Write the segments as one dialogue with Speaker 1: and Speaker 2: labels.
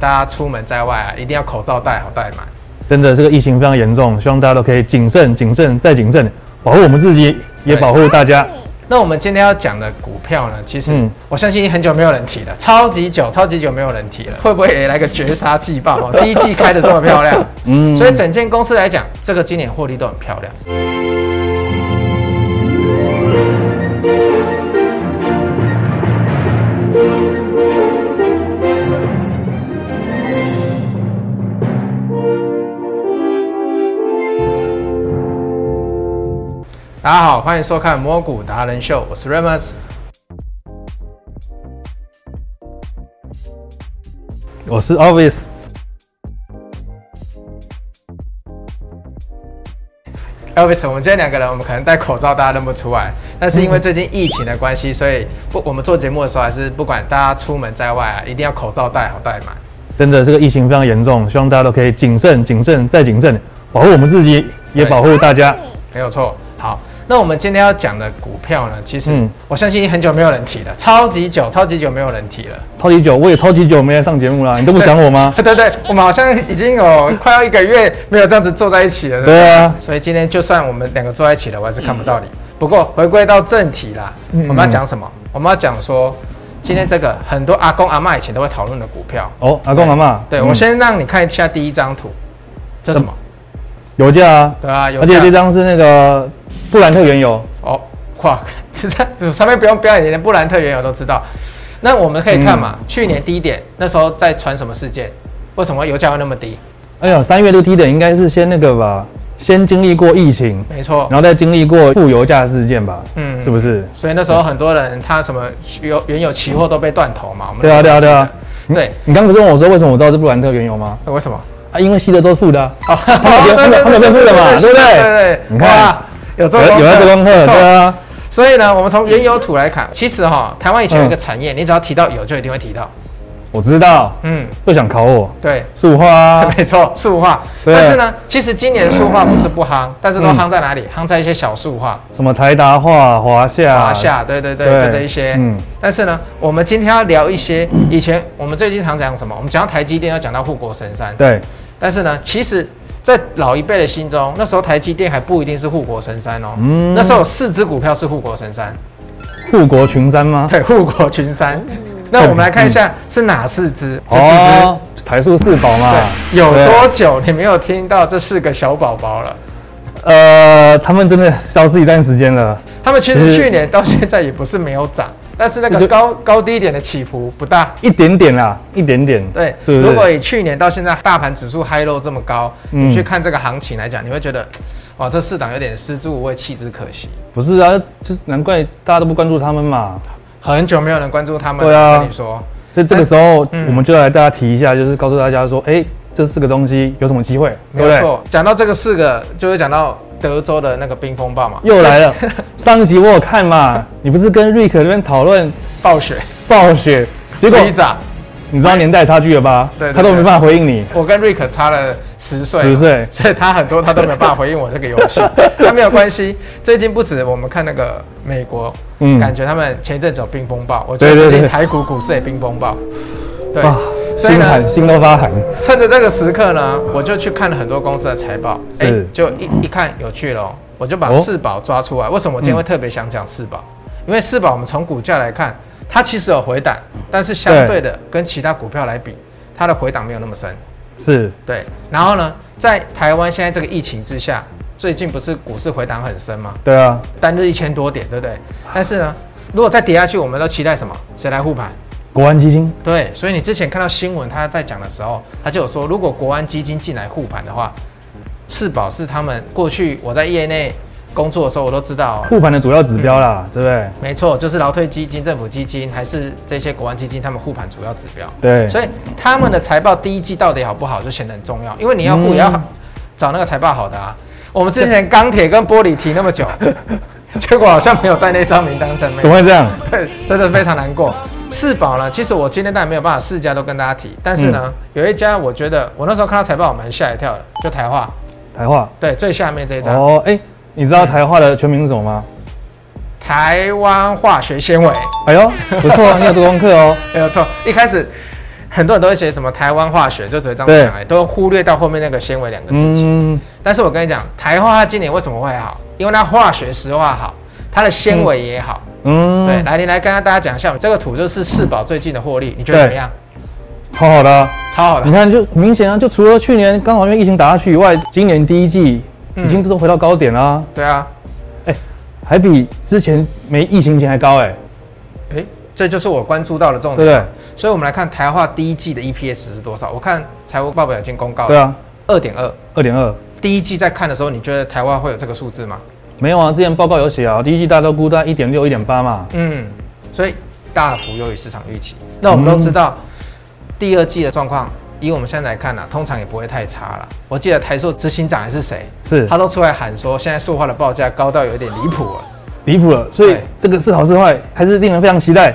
Speaker 1: 大家出门在外啊，一定要口罩戴好戴满。
Speaker 2: 真的，这个疫情非常严重，希望大家都可以谨慎、谨慎再谨慎，保护我们自己，也保护大家。
Speaker 1: 那我们今天要讲的股票呢，其实
Speaker 2: 嗯
Speaker 1: 我相信很久没有人提了，超级久、超级久没有人提了，会不会也来个绝杀季报、 哦？第一季开的这么漂亮，
Speaker 2: 嗯
Speaker 1: 所以整间公司来讲，这个今年获利都很漂亮。大家好，欢迎收看《摸骨达人秀》，我是 Remus。
Speaker 2: 我是 Alvis，
Speaker 1: Elvis，我们今天两个人，我们可能戴口罩，大家认不出来。但是因为最近疫情的关系，所以不，我们做节目的时候还是不管大家出门在外啊，一定要口罩戴好戴满。
Speaker 2: 真的，这个疫情非常严重，希望大家都可以谨慎、谨慎再谨慎，保护我们自己，也保护大家。
Speaker 1: 没有错。好，那我们今天要讲的股票呢，其实
Speaker 2: 嗯
Speaker 1: 我相信很久没有人提了，超级久，超级久没有人提了。
Speaker 2: 超级久，我也超级久没来上节目啦，你都不想我 吗？
Speaker 1: 对对，我们好像已经有快要一个月没有这样子坐在一起了。对不对
Speaker 2: 对啊，嗯
Speaker 1: 所以今天就算我们两个坐在一起了，我还是看不到你。不过回归到正题啦，我们要讲什么？我们要讲说，今天这个很多阿公阿妈以前都会讨论的股票。
Speaker 2: 哦，阿公阿妈，
Speaker 1: 对，我先让你看一下第一张图，这什么？
Speaker 2: 油价啊，
Speaker 1: 对啊，有
Speaker 2: 嗯而且
Speaker 1: 价
Speaker 2: 这张是那个布兰特原油，
Speaker 1: 哦，哇， 实在上面不用标你连布兰特原油都知道。那我们可以看嘛，
Speaker 2: 嗯
Speaker 1: 去年低点那时候在传什么事件？为什么油价会那么低？
Speaker 2: 哎呀，三月度低点应该是先那个吧，先经历过疫情，
Speaker 1: 没错
Speaker 2: 然，后再经历过负油价事件吧，
Speaker 1: 嗯
Speaker 2: 是不是？
Speaker 1: 所以那时候很多人他什么油原油期货都被断头嘛。我们
Speaker 2: 对啊，对啊，对啊。
Speaker 1: 对，
Speaker 2: 你刚不是问我说为什么我知道是布兰特原油吗？
Speaker 1: 那为什么？
Speaker 2: 啊，因为西德州负的啊，
Speaker 1: 哦，
Speaker 2: 们 他们他们变负的嘛对不对
Speaker 1: 对对，
Speaker 2: 你看
Speaker 1: 哇有做
Speaker 2: 有
Speaker 1: 功
Speaker 2: 有在做功课，
Speaker 1: 没错
Speaker 2: 对啊，
Speaker 1: 所以呢，我们从原油土来看，其实哈，台湾以前有一个
Speaker 2: 嗯
Speaker 1: 产业，你只要提到油就一定会提到，
Speaker 2: 我知道，
Speaker 1: 嗯，
Speaker 2: 又想考我，
Speaker 1: 对，
Speaker 2: 树花啊
Speaker 1: 没错，塑化。
Speaker 2: 对嗯
Speaker 1: 但是呢，其实今年塑化不是不夯，但是都夯在哪里？夯在一些小塑化，
Speaker 2: 什么台达化、华夏、
Speaker 1: 华夏，对对对，
Speaker 2: 啊对
Speaker 1: 就这一些。
Speaker 2: 嗯
Speaker 1: 但是呢，我们今天要聊一些以前我们最经常讲什么？我们讲到台积电要讲到护国神山，
Speaker 2: 对，
Speaker 1: 但是呢，其实。在老一辈的心中，那时候台积电还不一定是护国神山哦。
Speaker 2: 嗯
Speaker 1: 那时候有四只股票是护国神山，
Speaker 2: 护国群山吗？
Speaker 1: 对，护国群山。那我们来看一下是哪四只？这四只
Speaker 2: 嗯哦，台塑四宝嘛，
Speaker 1: 对，有
Speaker 2: 对
Speaker 1: 多久你没有听到这四个小宝宝了？
Speaker 2: 呃，他们真的消失一段时间了，
Speaker 1: 他们其
Speaker 2: 就
Speaker 1: 实
Speaker 2: 是
Speaker 1: 去年到现在也不是没有涨，但是那
Speaker 2: 我
Speaker 1: 个
Speaker 2: 嗯就
Speaker 1: 高高低点的起伏不大。
Speaker 2: 一点点啦，一点点，
Speaker 1: 对，
Speaker 2: 是不
Speaker 1: 如果
Speaker 2: 是？
Speaker 1: 以去年到现在大盘指数 high low 这么高，
Speaker 2: 嗯
Speaker 1: 你去看这个行情来讲，你会觉得，哇，这市场有点失之无味，弃之可惜。
Speaker 2: 不是啊，就是难怪大家都不关注他们嘛。
Speaker 1: 很久没有人关注他们
Speaker 2: 对啊
Speaker 1: 了，我跟你说，
Speaker 2: 所以这个时候，
Speaker 1: 嗯
Speaker 2: 我们就来大家提一下，就是告诉大家说，哎、这四个东西有什么机会，
Speaker 1: 没
Speaker 2: 对不
Speaker 1: 有
Speaker 2: 对？
Speaker 1: 错。讲到这个四个，就会讲到德州的那个冰风暴嘛，
Speaker 2: 又 来了，上一集我有看嘛，你不是跟瑞克那边讨论
Speaker 1: 暴雪，
Speaker 2: 暴雪，结果
Speaker 1: 一涨。
Speaker 2: 你知道年代差距了吧？
Speaker 1: 对对
Speaker 2: 他都没
Speaker 1: 对
Speaker 2: 办法回应你。
Speaker 1: 我跟瑞克差了十岁，
Speaker 2: 10岁
Speaker 1: 所以他很多他都没有办法回应我这个游 戏。但没有关系，最近不止我们看那个美国，
Speaker 2: 嗯
Speaker 1: 感觉他们前一阵子有冰风暴，我觉得
Speaker 2: 对对
Speaker 1: 最近
Speaker 2: 对
Speaker 1: 台股股市也冰风暴，对
Speaker 2: 啊，，
Speaker 1: 所以
Speaker 2: 心
Speaker 1: 呢
Speaker 2: 寒，。心都发寒。
Speaker 1: 趁着这个时刻呢，我就去看了很多公司的财报，
Speaker 2: 是
Speaker 1: 诶就一一看有趣咯，我就把
Speaker 2: 哦嗯
Speaker 1: 四宝抓出来。为什么我今天会特别想讲四宝？因为四宝我们从股价来看，它其实有回档，但是相
Speaker 2: 对
Speaker 1: 对的跟其他股票来比，它的回档没有那么深。
Speaker 2: 是，
Speaker 1: 对，然后呢，在台湾现在这个疫情之下，最近不是股市回档很深吗？
Speaker 2: 对啊，
Speaker 1: 单日一千多点，对不对？但是呢，如果再跌下去，我们都期待什么？谁来护盘？
Speaker 2: 国安基金
Speaker 1: 对，所以你之前看到新闻他在讲的时候，他就有说，如果国安基金进来护盘的话，世宝是他们过去我在业内工作的时候，我都知道、哦
Speaker 2: 护盘的主要指标啦，
Speaker 1: 嗯
Speaker 2: 对不对？
Speaker 1: 没错，就是劳退基金、政府基金还是这些国安基金，他们护盘主要指标。
Speaker 2: 对，
Speaker 1: 所以他们的财报第一季到底好不好就显得很重要，因为你要不也要
Speaker 2: 嗯
Speaker 1: 找那个财报好的啊。我们之前钢铁跟玻璃提那么 久，结果好像没有在那张名单上
Speaker 2: 怎
Speaker 1: 面，
Speaker 2: 么会这样？
Speaker 1: 对，真的非常难过。四宝呢，其实我今天当然没有办法四家都跟大家提，但是
Speaker 2: 嗯
Speaker 1: 呢，有一家我觉得我那时候看到财报我蛮吓一跳的，就台化，
Speaker 2: 台化
Speaker 1: 对，最下面这嗯一张、
Speaker 2: 哦，哎、你知道台化的全名是什么吗？
Speaker 1: 台湾化学纤维，
Speaker 2: 哎呦，不错，你有做功课哦。
Speaker 1: 没有错，一开始。很多人都会学什么台湾化学，就只会这样讲而已，都忽略到后面那个纤维两个字情。
Speaker 2: 嗯，
Speaker 1: 但是我跟你讲，台化它今年为什么会好？因为它化学石化好，它的纤维也好。
Speaker 2: 嗯
Speaker 1: 对，，来，你来跟大家讲一下，我们这个图就是四宝最近的获利，你觉得怎么样？
Speaker 2: 好好的啊、
Speaker 1: 超好的
Speaker 2: 你。看就明显啊，就除了去年刚好因为疫情打下去以外，今年第一季已
Speaker 1: 嗯
Speaker 2: 经都回到高点啦、
Speaker 1: 对啊，
Speaker 2: 还比之前没疫情前还高哎、
Speaker 1: 诶，这就是我关注到的重
Speaker 2: 对不
Speaker 1: 点。
Speaker 2: 对？
Speaker 1: 所以我们来看台化第一季的 EPS 是多少？我看财务报表已经公告
Speaker 2: 对
Speaker 1: 了，
Speaker 2: 啊，
Speaker 1: 二点二。
Speaker 2: 二点二。
Speaker 1: 第一季在看的时候，你觉得台湾会有这个数字吗？
Speaker 2: 没有啊，之前报告有写啊，第一季大家都估大概一点六、一点八嘛。
Speaker 1: 嗯，所以大幅优于市场预期。那我们都知道，第二季的状况，以我们现在来看呢、通常也不会太差了。我记得台塑执行长还是谁，
Speaker 2: 是
Speaker 1: 他都出来喊说，现在塑化的报价高到有一点离谱了。
Speaker 2: 离谱了，所以
Speaker 1: 对
Speaker 2: 这个是好是坏，还是令人非常期待。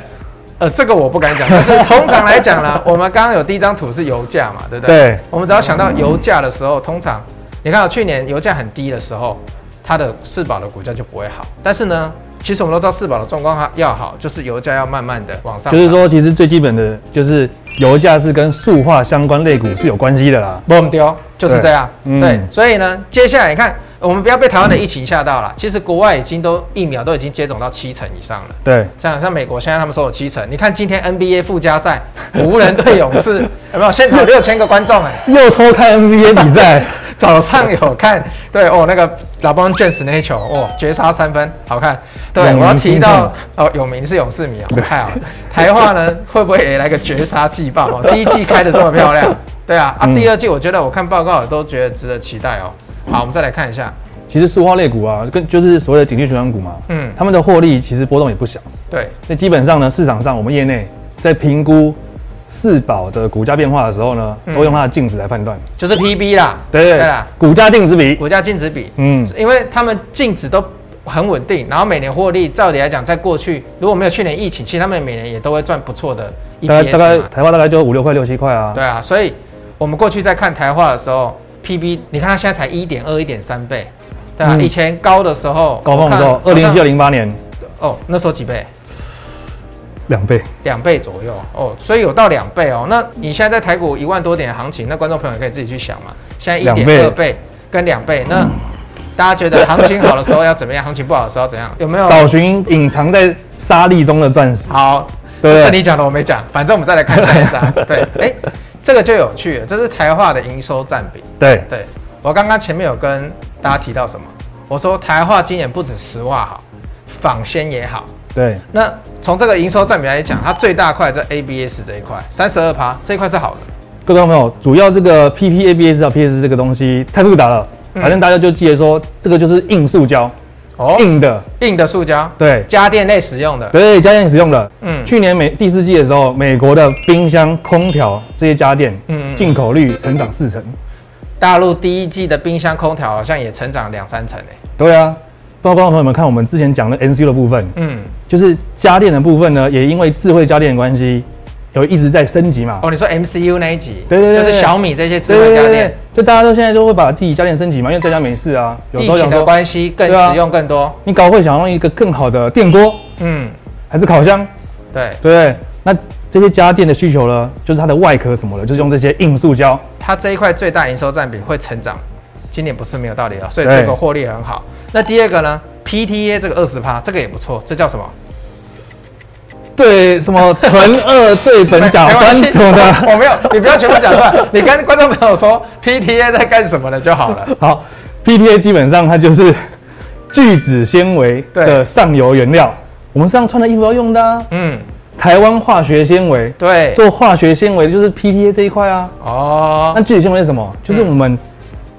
Speaker 1: 呃，这个我不敢讲，但是通常来讲啦，我们刚刚有第一张图是油价嘛，对不对？
Speaker 2: 对。
Speaker 1: 我们只要想到油价的时候，通常你看、哦、去年油价很低的时候，它的四宝的股价就不会好。但是呢，其实我们都知道四宝的状况它要好，就是油价要慢慢的往上。
Speaker 2: 就是，说，其实最基本的就是油价是跟塑化相关类股是有关系的啦。
Speaker 1: 不丢，就是这样。
Speaker 2: 对嗯
Speaker 1: 对，所以呢，接下来你看，我们不要被台湾的疫情吓到了。其实国外已经都疫苗都已经接种到七成以上了。
Speaker 2: 对，
Speaker 1: 像像美国现在他们说有七成，你看今天 NBA 附加赛湖人对勇士 有没有现场六千个观众哎、
Speaker 2: 又偷看 NBA 比 赛，
Speaker 1: 早上有看，对哦，那个老邦卷死那一球，哦，绝杀三分，好看。对，
Speaker 2: 永明
Speaker 1: 我要提
Speaker 2: 心
Speaker 1: 到哦，永明是勇士迷啊、哦，太好了。台化呢，会不会也来个绝杀季报 哦？第一季开的这么漂亮，对啊，啊，
Speaker 2: 嗯
Speaker 1: 第二季我觉得我看报告我都觉得值得期待哦。好，我们再来看一下，
Speaker 2: 其实塑化类股啊，跟就是所谓的景气循环股嘛，
Speaker 1: 嗯
Speaker 2: 他们的获利其实波动也不小。
Speaker 1: 对，
Speaker 2: 所以基本上呢，市场上我们业内在评估四宝的股价变化的时候呢，
Speaker 1: 嗯
Speaker 2: 都用它的净值来判断。
Speaker 1: 就是 PB 啦，
Speaker 2: 对
Speaker 1: 啦，，
Speaker 2: 股价净值比，
Speaker 1: 股价净值比，
Speaker 2: 嗯，
Speaker 1: 因为他们净值都很稳定，然后每年获利，照理来讲，在过去如果没有去年疫情，其实他们每年也都会赚不错的
Speaker 2: 大概
Speaker 1: EPS
Speaker 2: 大概
Speaker 1: 嘛
Speaker 2: 台湾大概就五六块六七块啊。
Speaker 1: 对啊，所以我们过去在看台化的时候，PB 你看它现在才一点二、一点三倍，对啊，
Speaker 2: 嗯
Speaker 1: 以前高的时候，
Speaker 2: 高峰的时候，二
Speaker 1: 我看
Speaker 2: 零七到零八年
Speaker 1: 哦，那时候几倍？
Speaker 2: 两倍。
Speaker 1: 两倍左右哦，所以有到两倍哦。那你现在在台股一万多点的行情，那观众朋友可以自己去想嘛。现在一
Speaker 2: 两
Speaker 1: 点
Speaker 2: 倍
Speaker 1: 二倍跟两倍，那大家觉得行情好的时候要怎么样？行情不好的时候要怎样？有没有
Speaker 2: 找寻隐藏在沙粒中的钻石。
Speaker 1: 好，
Speaker 2: 对不对
Speaker 1: 这你讲的我没讲，反正我们再来看下一 张。对，哎、这个就有趣了，这是台化的营收占比。
Speaker 2: 对，
Speaker 1: 对我刚刚前面有跟大家提到什么？我说台化今年不止石化好，纺纤也好。
Speaker 2: 对，
Speaker 1: 那从这个营收占比来讲，它最大块在 ABS 这一块，三十二趴这一块是好的。
Speaker 2: 各位观众朋友，主要这个 PPABS 啊 PS 这个东西太复杂了，
Speaker 1: 嗯
Speaker 2: 反正大家就记得说，这个就是硬塑胶，
Speaker 1: 哦，硬
Speaker 2: 硬的，
Speaker 1: 硬的塑胶，
Speaker 2: 对，
Speaker 1: 家电类使用的。
Speaker 2: 对，家电使用的。
Speaker 1: 嗯
Speaker 2: 去年美第四季的时候，美国的冰箱、空调这些家电
Speaker 1: 嗯嗯嗯
Speaker 2: 进口率成长四成。
Speaker 1: 大陆第一季的冰箱、空调好像也成长两三成诶、欸
Speaker 2: 对啊，不知道观众朋友们看我们之前讲的 NCU 的部分，
Speaker 1: 嗯，
Speaker 2: 就是家电的部分呢，也因为智慧家电的关系，有一直在升级嘛。
Speaker 1: 哦，你说 MCU 那一集，
Speaker 2: 对对对对
Speaker 1: 就是小米这些智
Speaker 2: 对
Speaker 1: 慧
Speaker 2: 对
Speaker 1: 家
Speaker 2: 对
Speaker 1: 电
Speaker 2: 对，，就大家都现在都会把自己家电升级嘛，因为在家没事啊，有
Speaker 1: 疫
Speaker 2: 时候
Speaker 1: 情
Speaker 2: 想
Speaker 1: 的
Speaker 2: 说，
Speaker 1: 关系更
Speaker 2: 对啊
Speaker 1: 使用更多。
Speaker 2: 你搞会想用一个更好的电锅
Speaker 1: 嗯，
Speaker 2: 还是烤箱，
Speaker 1: 对，
Speaker 2: 对不对？那这些家电的需求呢，就是它的外壳什么的，就是用这些硬塑胶。
Speaker 1: 它这一块最大营收占比会成长，今年不是没有道理的，所以
Speaker 2: 对
Speaker 1: 这个获利很好。那第二个呢？PTA 这个二十趴，这个也不错，这叫什 么？
Speaker 2: 对，什么纯二对苯甲
Speaker 1: 没
Speaker 2: 酸
Speaker 1: 关系
Speaker 2: 什么
Speaker 1: 我
Speaker 2: 的。
Speaker 1: 我没有，你不要全部讲出来，你跟观众朋友说 PTA 在干什么的就好了。
Speaker 2: 好，PTA 基本上它就是聚酯纤维的
Speaker 1: 对
Speaker 2: 上游原料，我们身上穿的衣服要用的、啊，
Speaker 1: 嗯，
Speaker 2: 台湾化学纤维，
Speaker 1: 对，
Speaker 2: 做化学纤维就是 PTA 这一块啊。那
Speaker 1: 哦，
Speaker 2: 聚酯纤维是什么？就是我们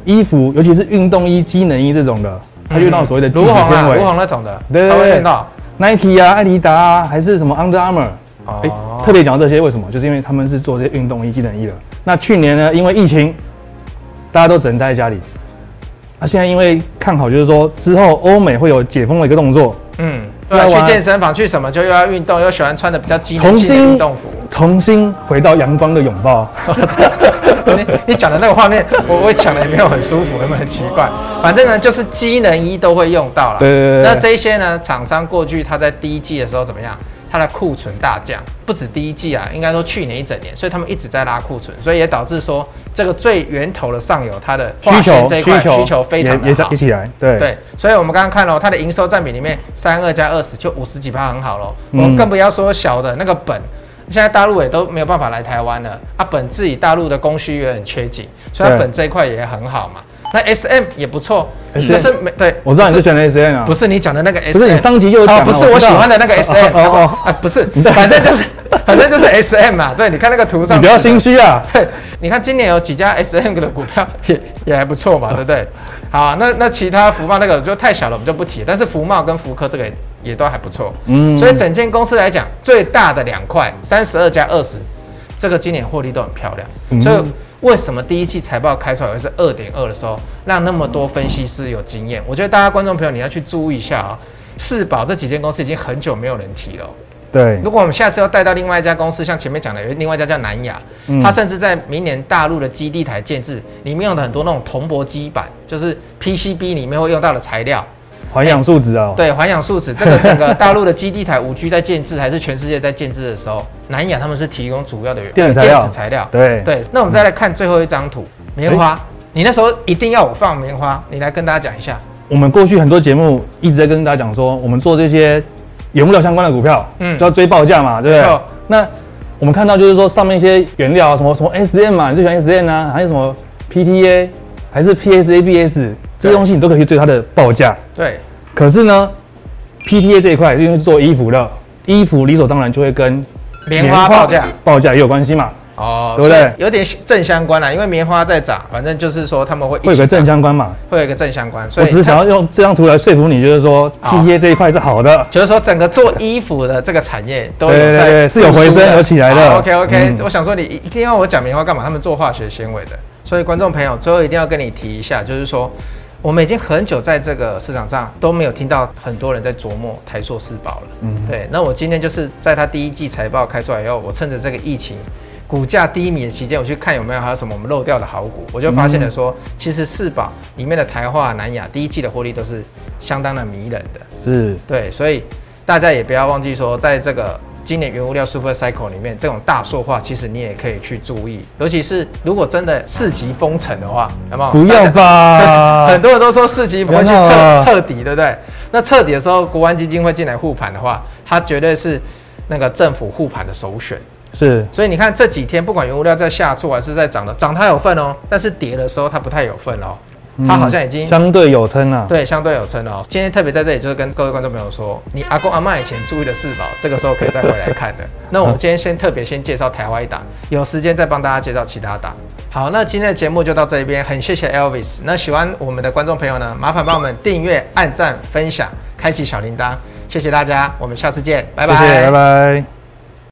Speaker 2: 衣服，尤其是运动衣、机能衣这种的，它就用到所谓的聚
Speaker 1: 卢
Speaker 2: 酯
Speaker 1: 红啊，
Speaker 2: 纤
Speaker 1: 卢红
Speaker 2: 维。
Speaker 1: 那种的，
Speaker 2: 对对
Speaker 1: 他会
Speaker 2: 对
Speaker 1: 用到。
Speaker 2: Nike 啊、艾迪达啊，还是什么 Under Armour，
Speaker 1: 哦
Speaker 2: 哎、特别讲到这些，为什么？就是因为他们是做这些运动衣、机能衣的。那去年呢，因为疫情，大家都只能待在家里。那、现在因为看好，就是说之后欧美会有解封的一个动作，
Speaker 1: 嗯，对啊，
Speaker 2: 对啊
Speaker 1: 去健身房去什么就又要运动，又喜欢穿的比较机能
Speaker 2: 重
Speaker 1: 性的
Speaker 2: 新
Speaker 1: 运动服。
Speaker 2: 重新回到阳光的拥 抱。
Speaker 1: 你你讲的那个画面， 我我想的也没有很舒服，有没有很奇怪？反正呢，就是机能衣都会用到了。
Speaker 2: 对对对对
Speaker 1: 那这一些呢，厂商过去他在第一季的时候怎么样？它的库存大降，不止第一季啊，应该说去年一整年，所以他们一直在拉库存，所以也导致说这个最源头的上游它的
Speaker 2: 需
Speaker 1: 化纤
Speaker 2: 求
Speaker 1: 这一块需求
Speaker 2: 求
Speaker 1: 非常
Speaker 2: 也也
Speaker 1: 的
Speaker 2: 是
Speaker 1: 好
Speaker 2: 一。起来，对
Speaker 1: 对，所以我们刚刚看了、它的营收占比里面，三二加二十就五十几趴，很好喽。我
Speaker 2: 嗯
Speaker 1: 们更不要说小的那个本，现在大陆也都没有办法来台湾了啊。本自己大陆的供需也很缺紧，所以它
Speaker 2: 对
Speaker 1: 本这一块也很好嘛。那 S M 也不错，
Speaker 2: SM
Speaker 1: 只是没对，
Speaker 2: 我知道你
Speaker 1: 只
Speaker 2: 是选 S N 啊，
Speaker 1: 不是你讲的那个 S，
Speaker 2: 不是你上集就有讲
Speaker 1: 哦
Speaker 2: 了，
Speaker 1: 不是
Speaker 2: 我
Speaker 1: 我
Speaker 2: 知
Speaker 1: 喜
Speaker 2: 道
Speaker 1: 欢的那个 S M
Speaker 2: 哦哦
Speaker 1: 啊，不 是
Speaker 2: 你，在
Speaker 1: 反正就是反正就是 S M 嘛。对，你看那个图上，
Speaker 2: 你不要心。虚啊，
Speaker 1: 对， 你看今年有几家 S M 的股票也也还不错 嘛，对不对？好，那那其他福茂那个就太小了，我们就不提。但是福茂跟福科这个也也都还不错，
Speaker 2: 嗯
Speaker 1: 所以整间公司来讲，最大的两块三十二加二十，这个今年获利都很漂亮。
Speaker 2: 嗯
Speaker 1: 所以为什么第一季财报开出来会是二点二的时候，让那么多分析师有经验？我觉得大家观众朋友你要去注意一下啊、世宝这几间公司已经很久没有人提了哦、
Speaker 2: 对
Speaker 1: 如果我们下次要带到另外一家公司，像前面讲的，有另外一家叫南亚，
Speaker 2: 嗯
Speaker 1: 它甚至在明年大陆的基地台建制里面用的很多那种铜箔基板，就是 PCB 里面会用到的材料，
Speaker 2: 环
Speaker 1: 哎
Speaker 2: 氧数值啊，
Speaker 1: 对，环氧树脂。这个整个大陆的基地台五 G 在建制，还是全世界在建制的时候，南亚他们是提供主要的原
Speaker 2: 电子材料
Speaker 1: 电子材料。
Speaker 2: 对
Speaker 1: 对，那我们再来看最后一张图，棉花。你那时候一定要我放棉花，你来跟大家讲一下。
Speaker 2: 我们过去很多节目一直在跟大家讲说，我们做这些原物料相关的股票，
Speaker 1: 嗯
Speaker 2: 嗯，就要追报价嘛，对不
Speaker 1: 没
Speaker 2: 对
Speaker 1: 错？
Speaker 2: 那我们看到就是说上面一些原料啊，什么什么 SM 嘛，你最喜欢 SM 啊，还有什么 PTA，还是 PSABS 这
Speaker 1: 对
Speaker 2: 些东西，你都可以去追它的报价。
Speaker 1: 对，
Speaker 2: 可是呢，PTA 这一块因为是做衣服的，衣服理所当然就会跟
Speaker 1: 棉花报价。
Speaker 2: 报价也有关系嘛，
Speaker 1: 哦，
Speaker 2: 对不对
Speaker 1: 所以有点正相关啦，因为棉花在涨，反正就是说他们会一起
Speaker 2: 会有个正
Speaker 1: 涨，
Speaker 2: 相关嘛。
Speaker 1: 会有一个正相关。所
Speaker 2: 我
Speaker 1: 以
Speaker 2: 只是想要用这张图来说服你，就是说
Speaker 1: 好
Speaker 2: PTA 这一块是好的。
Speaker 1: 就是说整个做衣服的这个产业都有
Speaker 2: 对对
Speaker 1: 在
Speaker 2: 对是有回升有起来的
Speaker 1: OK OK，
Speaker 2: 嗯
Speaker 1: 我想说你一定要我讲棉花干嘛？他们做化学纤维的，所以观众朋友最后一定要跟你提一下，就是说。我们已经很久在这个市场上都没有听到很多人在琢磨台塑四宝了。嗯
Speaker 2: 嗯，
Speaker 1: 对。那我今天就是在它第一季财报开出来以后，我趁着这个疫情股价低迷的期间，我去看有没有还有什么我们漏掉的好股，我就发现了说，其实四宝里面的台化、南亚第一季的获利都是相当的迷人的。
Speaker 2: 是，
Speaker 1: 对，所以大家也不要忘记说，在这个今年原物料 super cycle 里面，这种大塑化其实你也可以去注意，尤其是如果真的四级封城的话，那么。
Speaker 2: 不要 吧
Speaker 1: 很多人都说四级不会去
Speaker 2: 不要闹
Speaker 1: 彻
Speaker 2: 啊
Speaker 1: 彻底，对不对？那彻底的时候，国安基金会进来护盘的话，它绝对是那个政府护盘的首选。
Speaker 2: 是，
Speaker 1: 所以你看这几天，不管原物料在下挫还是在涨的，涨它有份哦，但是跌的时候它不太有份哦，它好像已经
Speaker 2: 嗯相对有撑啊。
Speaker 1: 对，相对有撑哦。今天特别在这里，就是跟各位观众朋友说，你阿公阿妈以前注意的四宝，这个时候可以再回来 看的。那我们今天先特别先介绍台湾一档，有时间再帮大家介绍其他档。好，那今天的节目就到这边，很谢谢 Elvis。那喜欢我们的观众朋友呢，麻烦帮我们订阅、按赞、分享、开启小铃铛，谢谢大家，我们下次见，拜拜，
Speaker 2: 谢谢，拜拜。